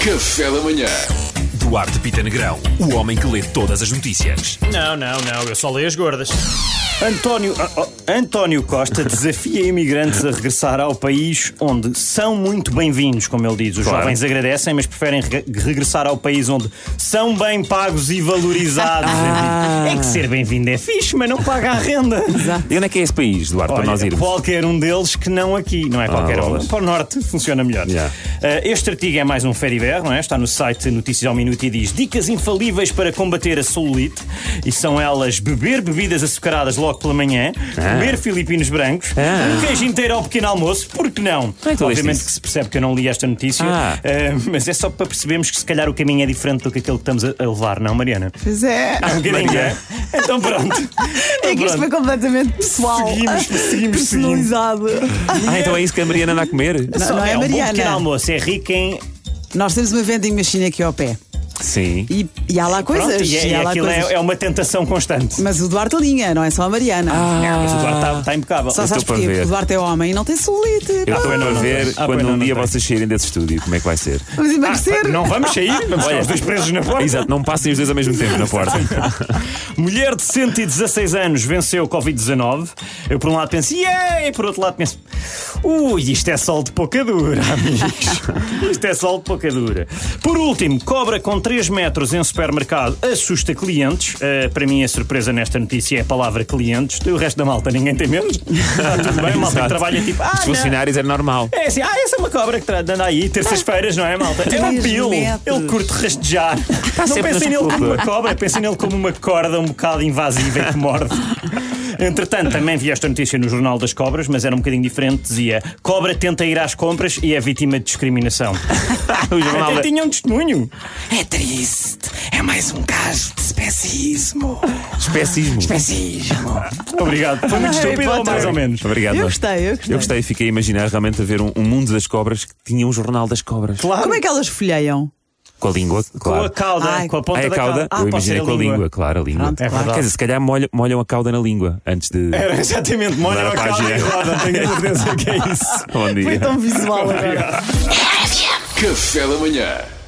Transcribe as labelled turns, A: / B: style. A: Café da Manhã.
B: Duarte Pita Negrão, o homem que lê todas as notícias.
C: Não, não, não, eu só leio as gordas.
D: António, ah, oh, António Costa desafia imigrantes a regressar ao país onde são muito bem-vindos, como ele diz. Os
B: Claro.
D: jovens agradecem, mas preferem re- regressar ao país onde são bem pagos e valorizados. É que ser bem-vindo é fixe, mas não paga a renda.
B: E onde é que é esse país, Duarte, para
D: Olha,
B: nós irmos? Ah,
D: Qualquer um deles que não aqui, não é qualquer um.
B: bolas.
D: Para o norte funciona melhor.
B: Yeah.
D: Eh, este artigo é mais um ferivер, não é? Está no site Notícias ao Minuto e diz dicas infalíveis para combater a celulite e são elas beber bebidas açucaradas logo pela manhã, comer filipinos brancos,
B: Ah.
D: um queijo inteiro ao pequeno almoço, porque não?
B: Como é que tu leste
D: Obviamente
B: isso?
D: que se percebe que eu não li esta notícia,
B: Ah.
D: eh, mas é só para percebermos que se calhar o caminho é diferente do que aquele que estamos a, a levar, não, Mariana?
E: Pois é.
D: Ah, um bocadinho, é? Então pronto. Então
E: É que
D: Pronto.
E: isto foi completamente pessoal.
D: Seguimos, seguimos, seguimos.
E: Personalizado.
B: Ah, então é isso que a Mariana anda a comer?
E: Não, não
D: é,
E: é,
D: um bom pequeno
E: Mariana.
D: almoço, é rico em.
E: Nós temos uma vending machine aqui ao pé.
B: Sim.
E: E, e há lá coisas.
D: Pronto, e, é-
E: e
D: e
E: há lá
D: aquilo
E: coisas.
D: é, é uma tentação constante.
E: Mas o Duarte alinha, não é só a Mariana.
D: Mas o Duarte está impecável.
E: Ah. só
B: eu
E: sabes
B: estou
E: porquê?
B: para ver.
E: Porque o Duarte é homem e não tem solite.
B: Eu estou
D: pois não,
B: a
D: não
B: ver
D: tem. Ah,
B: quando
D: pois não,
B: um dia
D: não tem.
B: vocês saírem desse estúdio, como é que vai ser?
E: Vamos emagrecer.
D: Ah, Não vamos sair,
B: Olha,
D: vamos ficar os dois presos na porta.
B: Exato, não passem os dois ao mesmo tempo na porta.
D: Mulher de 116 anos venceu Covid-19. Eu, por um lado, penso, yay! Por outro lado, penso, ui, isto é sol de pouca dura, amigos. Isto é sol de pouca dura. Por último, cobra com 3 metros em supermercado assusta clientes. Eh, para mim, a surpresa nesta notícia é a palavra clientes. O resto da malta, ninguém tem medo. Está tudo bem, a malta que
B: Exato.
D: trabalha tipo, ah,
B: Os
D: não,
B: funcionários é normal.
D: É assim, ah, essa é uma cobra que tra- anda aí terças-feiras, não é, malta? É um
E: Três
D: pilo.
E: metros.
D: Ele curte rastejar. não
B: sempre
D: pensem
B: nas
D: nele como
B: culpas.
D: uma cobra, pensem nele como uma corda um bocado invasiva e que morde. Entretanto, também vi esta notícia no Jornal das Cobras, mas era um bocadinho diferente. Dizia: Cobra tenta ir às compras e é vítima de discriminação.
B: O jornal
D: Até
B: da-
D: tinha um testemunho.
F: É triste. É mais um caso de especismo.
B: Especismo.
F: Especismo.
D: Obrigado. Foi muito
E: Harry
D: estúpido, ou
E: Potter.
D: mais ou menos.
B: Obrigado.
E: Eu
B: Duarte.
E: gostei, eu gostei.
B: Eu gostei, fiquei a imaginar realmente a ver um, um mundo das cobras que tinha um jornal das cobras.
E: Como é que elas folheiam?
B: Com a língua,
D: Com
B: claro.
D: a cauda,
E: Ai.
D: com a ponta
B: Ah, é a
D: da cauda.
B: cauda?
D: Ah,
B: eu
D: pode ser
B: imaginei
D: a
B: com a língua. claro, a língua.
E: Pronto,
D: É verdade.
B: Quer dizer, se calhar molham, molham a cauda na língua antes de.
D: Era exatamente, molha
B: Agora
D: a
B: para a
D: cauda e
B: gira.
D: roda. Tenho a certeza que é isso.
B: Bom dia.
E: Foi tão visual agora.
A: Café da Manhã.